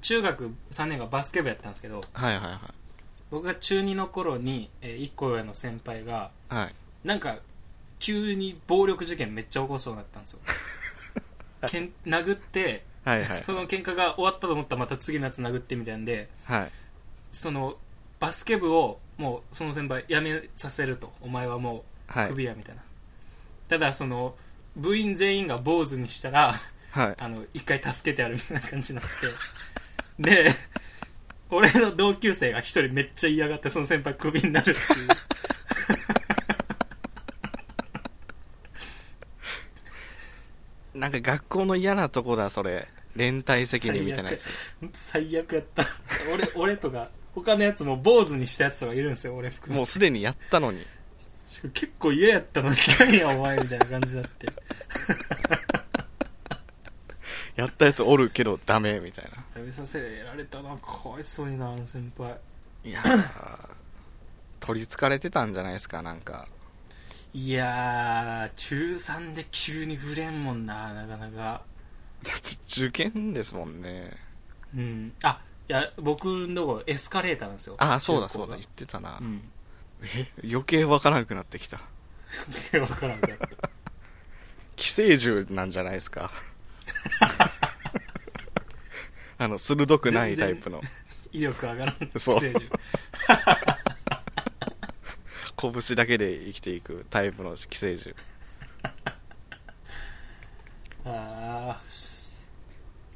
中学3年がバスケ部やったんですけどはいはいはい僕が中2の頃に、え1個上の先輩がはいなんか急に暴力事件めっちゃ起こしそうになったん ですよけん殴ってはい はいその喧嘩が終わったと思ったらまた次のやつ殴ってみたいなんではいそのバスケ部をもうその先輩辞めさせるとお前はもはういクビやみたいな、ただその部員全員が坊主にしたらはいあの一回助けてやるみたいな感じになってで俺の同級生が一人めっちゃ嫌がってその先輩クビになるっていうなんか学校の嫌なとこだそれ連帯責任みたいなや つ最悪やった俺俺とか他のやつも坊主にしたやつとかいるんですよ俺含めもうすでにやったのに結構嫌やったのに何やお前みたいな感じになってやったやつおるけどダメみたいな食べさせられたなかわいそうになあの先輩いやー取りつかれてたんじゃないですかなんかいやー中3で急に触れんもんななかなかだって受験ですもんねうんあいや僕のとこエスカレーターなんですよああそうだそうだ中言ってたな、高がうんえ余計わからなくなってきた 分からんかった寄生獣なんじゃないです かあの鋭くないタイプの威力上がらんそうステージ拳だけで生きていくタイプの寄生獣ああ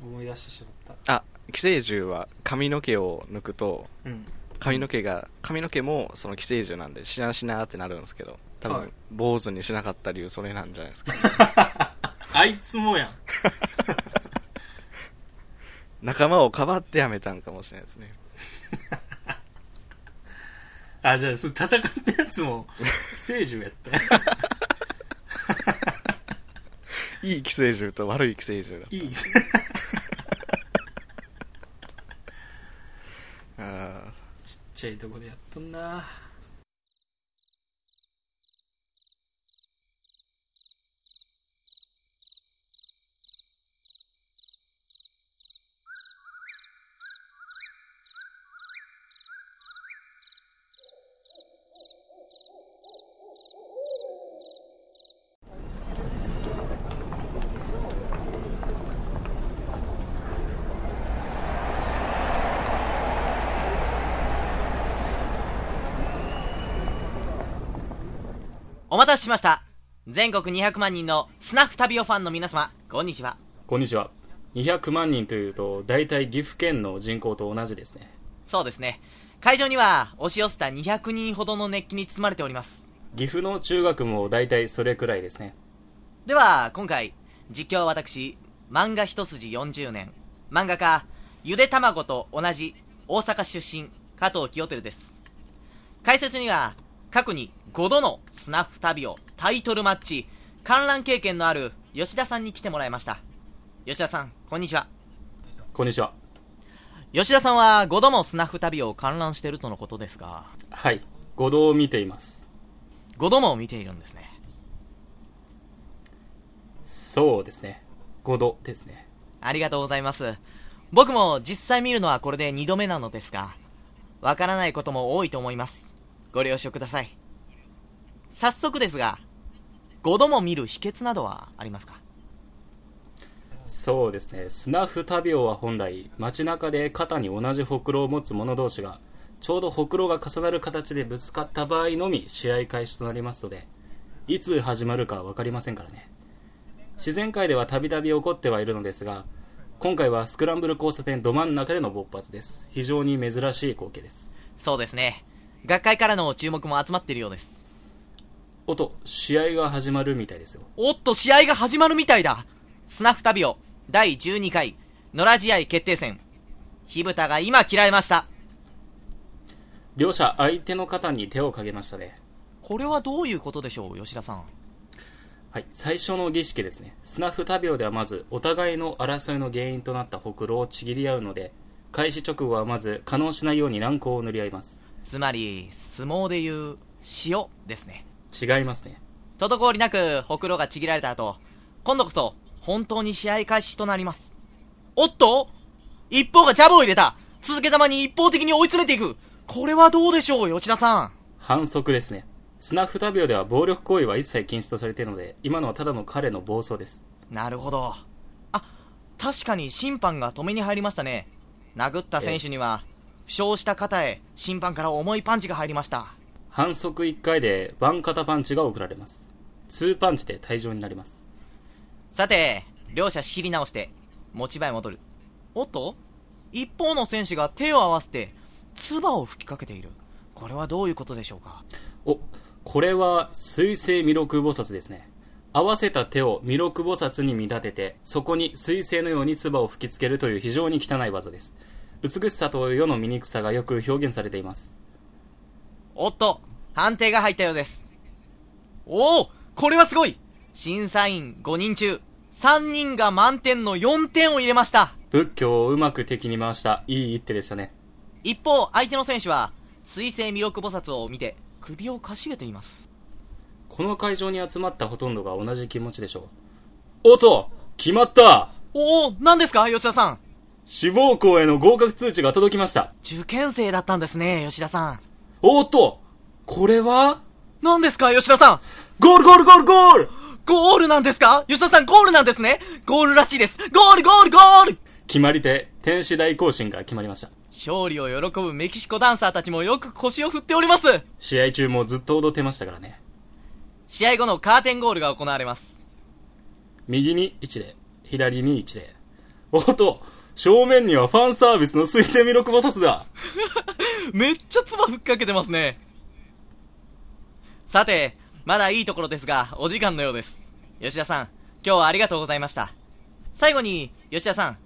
思い出してしまっあ寄生獣は髪の毛を抜くとたうん髪の毛が髪の毛もその寄生獣なんでしなしなってなるんですけど多分、はい坊主にしなかった理由それなんじゃないですか あいつもやん仲間をかばってやめたんかもしれないですねあじゃあそ戦ったやつも寄生獣やった いい寄生獣と悪い寄生獣だいいあーちっちゃいとこでやっとんなお待たせしました全国200万人のスナフ旅をファンの皆様こんにちはこんにちは200万人というと大体岐阜県の人口と同じですねそうですね会場には押し寄せた200人ほどの熱気に包まれております岐阜の中学も大体それくらいですねでは今回実況は私漫画一筋40年漫画家ゆで卵と同じ大阪出身加藤清照です解説には過去に5度のスナフ旅をタイトルマッチ観覧経験のある吉田さんに来てもらいました吉田さんこんにちはこんにちは吉田さんは5度もスナフ旅を観覧してるとのことですがはい五道を見ています5度も見ているんですねそうですね五道ですねありがとうございます僕も実際見るのはこれで2度目なのですがわからないことも多いと思いますご了承ください早速ですが5度も見る秘訣などはありますかそうですねスナフ旅オは本来街中で肩に同じほくろを持つ者同士がちょうどほくろが重なる形でぶつかった場合のみ試合開始となりますのでいつ始まるか分かりませんからね自然界ではたびたび起こってはいるのですが今回はスクランブル交差点ど真ん中での勃発です非常に珍しい光景ですそうですね学会からの注目も集まっているようですおっと試合が始まるみたいですよおっと試合が始まるみたいだスナフ旅オ第12回野良試合決定戦火蓋が今切られました両者相手の肩に手をかけましたねこれはどういうことでしょう吉田さんはい、最初の儀式ですねスナフ旅オではまずお互いの争いの原因となったほくろをちぎり合うので開始直後はまず可能しないように軟膏を塗り合いますつまり相撲でいう塩ですね違いますね滞りなくほくろがちぎられた後今度こそ本当に試合開始となりますおっと一方がジャブを入れた続けざまに一方的に追い詰めていくこれはどうでしょう吉田さん反則ですねスナフタ病では暴力行為は一切禁止とされているので今のはただの彼の暴走ですなるほどあ確かに審判が止めに入りましたね殴った選手には負傷した肩へ審判から重いパンチが入りました反則1回でワン肩パンチが送られます2パンチで退場になりますさて両者仕切り直して持ち場へ戻るおっと一方の選手が手を合わせて唾を吹きかけているこれはどういうことでしょうかおこれは水星弥勒菩薩ですね合わせた手を弥勒菩薩に見立ててそこに水星のように唾を吹きつけるという非常に汚い技です美しさと世の醜さがよく表現されていますおっと判定が入ったようですおおこれはすごい審査員5人中3人が満点の4点を入れました仏教をうまく敵に回したいい一手でしたね一方相手の選手は水星弥勒菩薩を見て首をかしげていますこの会場に集まったほとんどが同じ気持ちでしょうおっと決まったおお何ですか吉田さん志望校への合格通知が届きました受験生だったんですね吉田さんおっとこれは何ですか吉田さんゴールゴールゴールゴールゴールなんですか吉田さんゴールなんですねゴールらしいですゴールゴールゴール決まり手天使大行進が決まりました勝利を喜ぶメキシコダンサーたちもよく腰を振っております試合中もずっと踊ってましたからね試合後のカーテンゴールが行われます右に1例左に1例おっと正面にはファンサービスの水星弥勒菩薩だめっちゃ唾ふっかけてますねさてまだいいところですがお時間のようです吉田さん今日はありがとうございました最後に吉田さん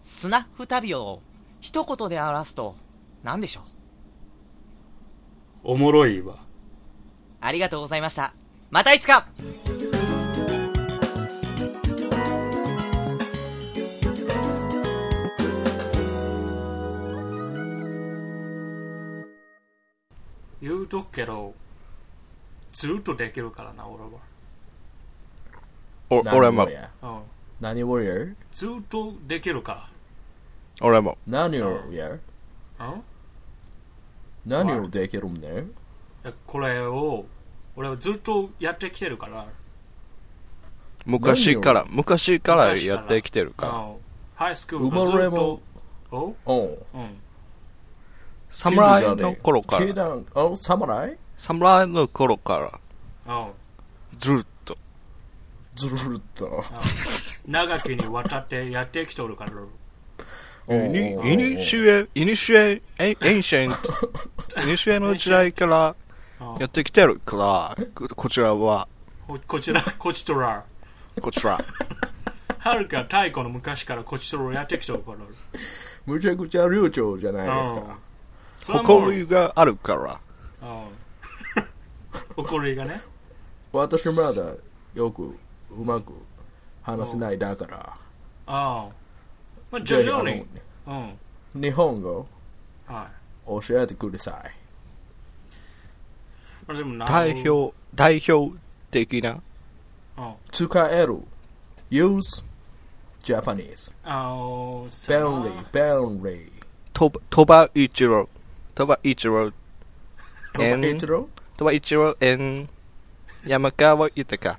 スナフタビオを一言で表すと何でしょうおもろいわありがとうございましたまたいつか言うとくけどずっとできるからな俺お俺も、や。は、うん、何をやるずっとできるか俺も。何をやるら、うん、い何をできるんだよやこれを俺はずっとやってきてるから昔から、昔から昔かやらってきてるから。うんハイスクー生ルからずまれっもと、おおううん、侍の頃か球ら、団お侍侍の頃から、うん、ずっと。ずるっと。長きにわたってやってきてるからおうおうイニおうイニシュエ、イニシュエ、エンエンシェン ト、イニシュエの時代からうんやってきてるから、ここちらは、ここちらこちとらこちら。はるか太古の昔からこちとらやってきてるからむちゃくちゃ流暢じゃないですか。 それはもう誇りがあるから。うん 誇りがね私まだよくうまく話せないだから。うんまあ徐々にじうんあ日本語は教えてください。いまあでもな代表、代表的な。うん使える。use Japanese。あのさ便利、便利。とば鳥羽一郎。鳥羽一郎。トマイトロ鳥羽一郎 and 山川豊。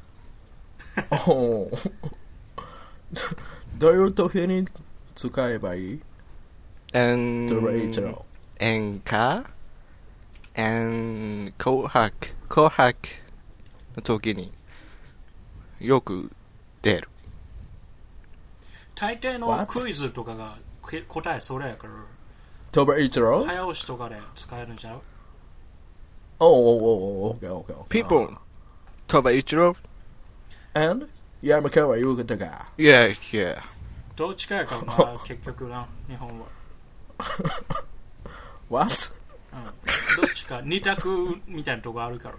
おう どういう時に使えばいい and トマイトロ。演歌 and 紅白。紅白の時によく出る。大抵の What？クイズとかがけ答えそれやからトマイトロ早押しとかで使えるんちゃうおうおうおうおう、オッケーオッケーオッケー。 people 鳥羽一郎 Uh, And 山川豊か。 Yeah, yeah. どっちかやからな結局な日本は What? どっちか二択みたいなとこあるか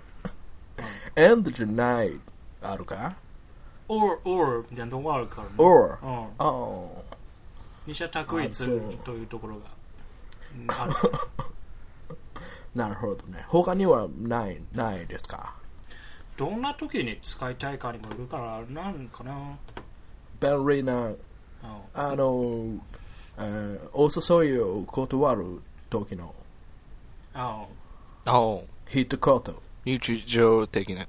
ら And じゃない。あるか or or みたいなとこあるからね ?or oh, う。んお二者択一あそうというところがうんあるからうなるほどね。他にはない、ないですかどんな時に使いたいかにもよるからなんかな便利な、あの、えーお誘いを断る時のああヒットコート、日常的な。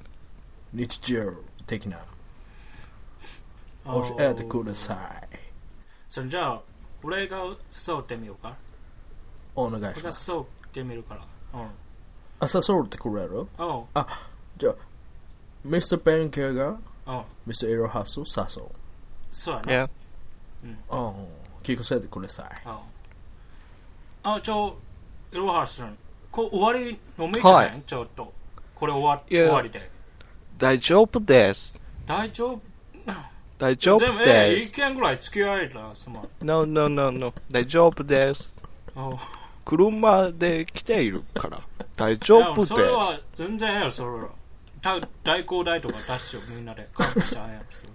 日常的な、あ教えてください。それじゃあ俺が誘ってみようかお願い俺しがます。誘ってみるからうんあ、誘ってくれるおう ?Mr. ペンケがおう Mr. イロハスを誘う。そうやな Yeah. あ聞かせてくださ い。ああちょいろはさんこう終わり飲めてはないい、ちょっとこれ終わいや終わりで大丈夫です。大丈夫大丈で夫もええで一す。件ぐらい付き合えたらすまん No, no, no, no. 大丈夫です。おう車で来ているから。大丈いや夫でそれはす。全然ええよそれはだ代行代とか出しよみんなで感謝しやつ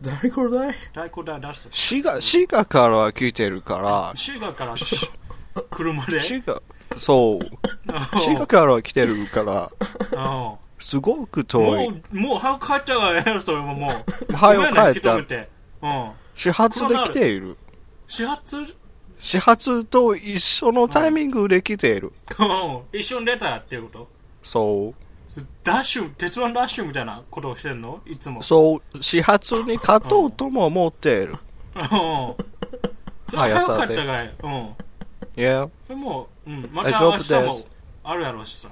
誰これ代行代出しよ滋賀、滋賀から来てるから、シュガーからし車で滋賀、そう。おう滋賀から来てるから、おうすごく遠い。もうもう早く帰っちゃうからええよそれももう早ごめんくね帰っ引き止めた。てうん始発で来ている。始発始発と一緒のタイミングで来ている。うん一緒に出たっていうことそダッシュ、鉄腕ダッシュみたいなことをしてんのいつもう。。そう、始発に勝とうとも思っている。うん。それ速早さかっでたかい。うん。 Yeah. でも、うん。また大丈夫明です日もあるやろうし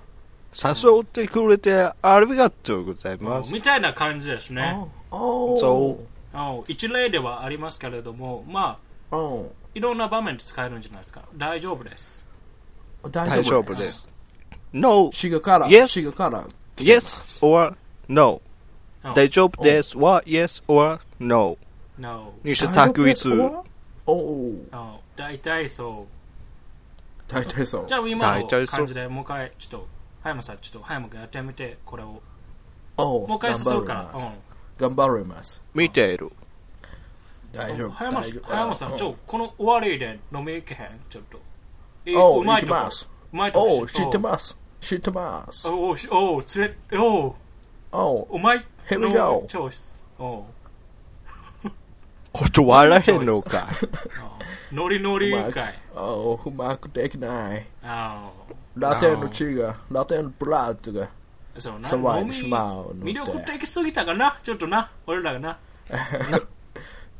さ。誘ってくれてありがとうございます。みたいな感じですね。おそううん一例ではありますけれども、まあ、う。おいろんな場面で使えるんじゃないですか。大丈夫です。う大大丈夫丈夫でです。す。No, シガから、 Yes シガから、 yes or no. うん大丈夫ですは yes or no. No. にして択一。おお、うん大体そ大体そうう。じ。ゃあ今大体のそう感じでもう一回、ちょっと、葉山さん、ちょっと葉山君やってみて、これを。もおうう一回誘うか頑張りますら。頑張ります。見ている。大う丈ん。夫。葉山大丈夫葉山さん、ちょ、この終わりで飲み行けへんちょっと。いいおう、うまい行きとこま。す。うまいとこおう、知ってます。知ってます。おうおう、つれ、おう、おう、お前 Here の we go チョイス。おう、断らへんのか。ノリノリかい。おう、うまくできない。あラテ Oh. ンの血が、ラテンのブラッドが。あ、そうさな。わい飲でみしまうので魅力的すぎたかな、ちょっとな、俺らがな。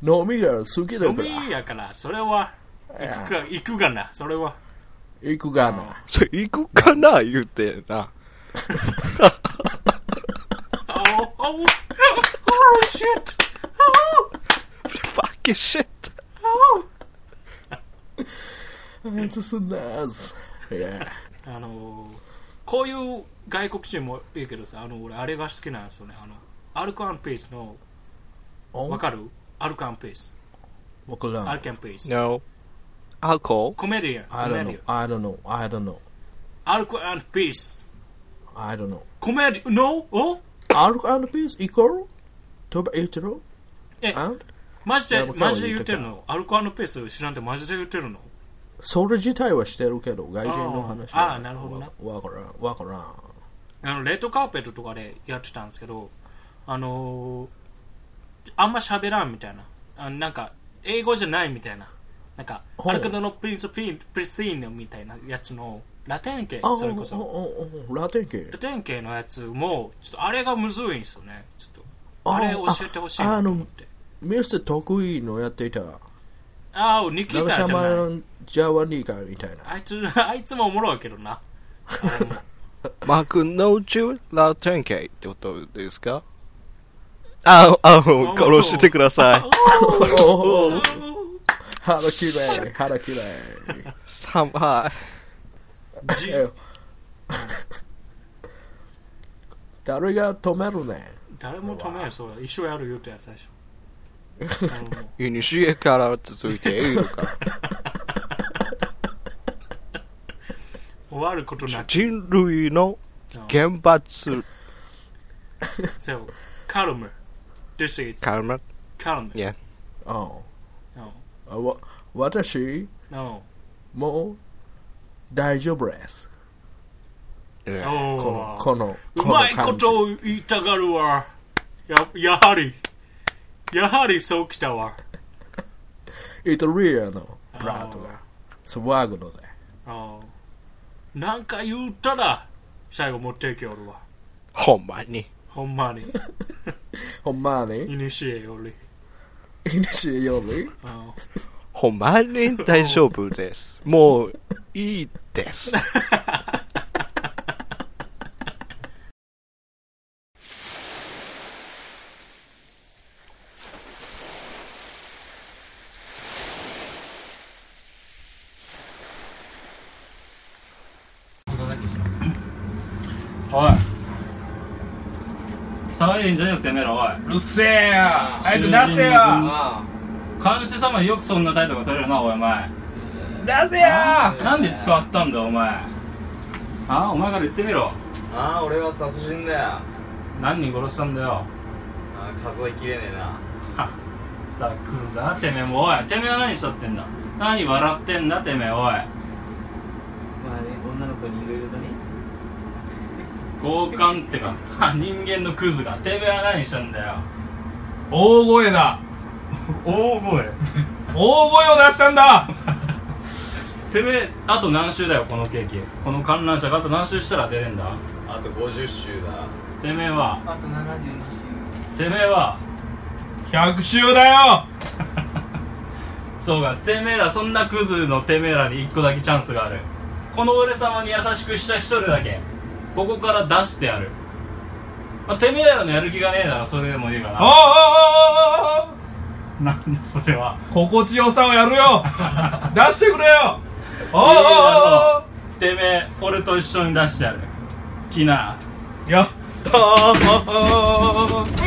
飲みが好きだ飲かみら。やから、それは、行くか、行くがな、それは。行くが な。それ行くかな言うてな。あお、あお、おお、シュッ Fucking shit. つすんなーす。いやあのー、こういう外国人もいいけどさ、あの、俺、あれが好きなんですよね。あの、アルカンピースの、おわかるアルカンピース。わからん。アルカンピース。 No. アルココメディア I ン、コメ don't デ know. ィアン。 I don't know. I don't know. アルカンピース。 I don't know. コメディ、no? おアルコピースイコール飛ば一郎え、あんマジいで、やもう今日マはジで言言っってたるからのアルコペース知らんってマジで言ってるのそれ自体はしてるけど、外人の話あはーあーなるほどなわわからん、わからん。あの、レッドカーペットとかでやってたんですけど、あのー、あんま喋らんみたいな。あなんか、英語じゃないみたいな。なんか、ほうアルカドのプリンスプリンプリスイーノみたいなやつの、ラテン系あ、、それこそ。あああラテン系ラ。テン系のやつも、ちょっとあれがむずいんですよね。ちょっと、あれ教えてほしいあなあとの思って。ミス得意のやっていた、ああ、ニキ長タじゃ様ない。のジャワニーカみ たいな。あいつ、 あいつもおもろいけど な。あれも。マクノチュラテンケイってことですかあ、あ、殺してください。おお腹きれい、腹きれい。サムハじえ 誰が止めるね誰も止めないそれ一緒やる言うてや最 初あのもイ。いにしえから続いているから。う終わることなく人類の原発、せよカルム This is カルマ、カルム Yeah あ No あわ私 No もう大丈夫です。 No この、この、うこのまい感じことを言いたがるわややはりやはりそうきたわイタリアのブラ Oh. とか、スワグのね。あーなんか言うたら最後持っていけよるわほんまに。ほんまにほんまに イニシエよりイニシエよりあほんまに大丈夫です。もう、いいです。ーおい騒いでんじゃねえよてめえらおいうっせえよ早く出せよあ監視様によくそんな態度が取れるなおいお前出せよなんで使ったんだよお前ああお前から言ってみろあ俺は殺人だよあ何人殺したんだよあ数えきれねえなはサックスだてめえもおいてめえは何しちゃってんだ何笑ってんだてめえおいまあね女の子にいろいろ とね強姦ってか人間のクズがてめえは何したんだよ大声だ大声大声を出したんだてめえあと何周だよこのケーキこの観覧車があと何周したら出れんだあと50周だてめえはあと72周てめえは100周だよ そうかてめえらそんなクズのてめえらに1個だけチャンスがあるこの俺様に優しくした一人だけここから出してやる、まあ、てめえらのやる気がねえならそれでもいいかおおおなおおおなんだそれは心地よさをやるよ出してくれよおおおおてめえ俺と一緒に出してやるきなおやったー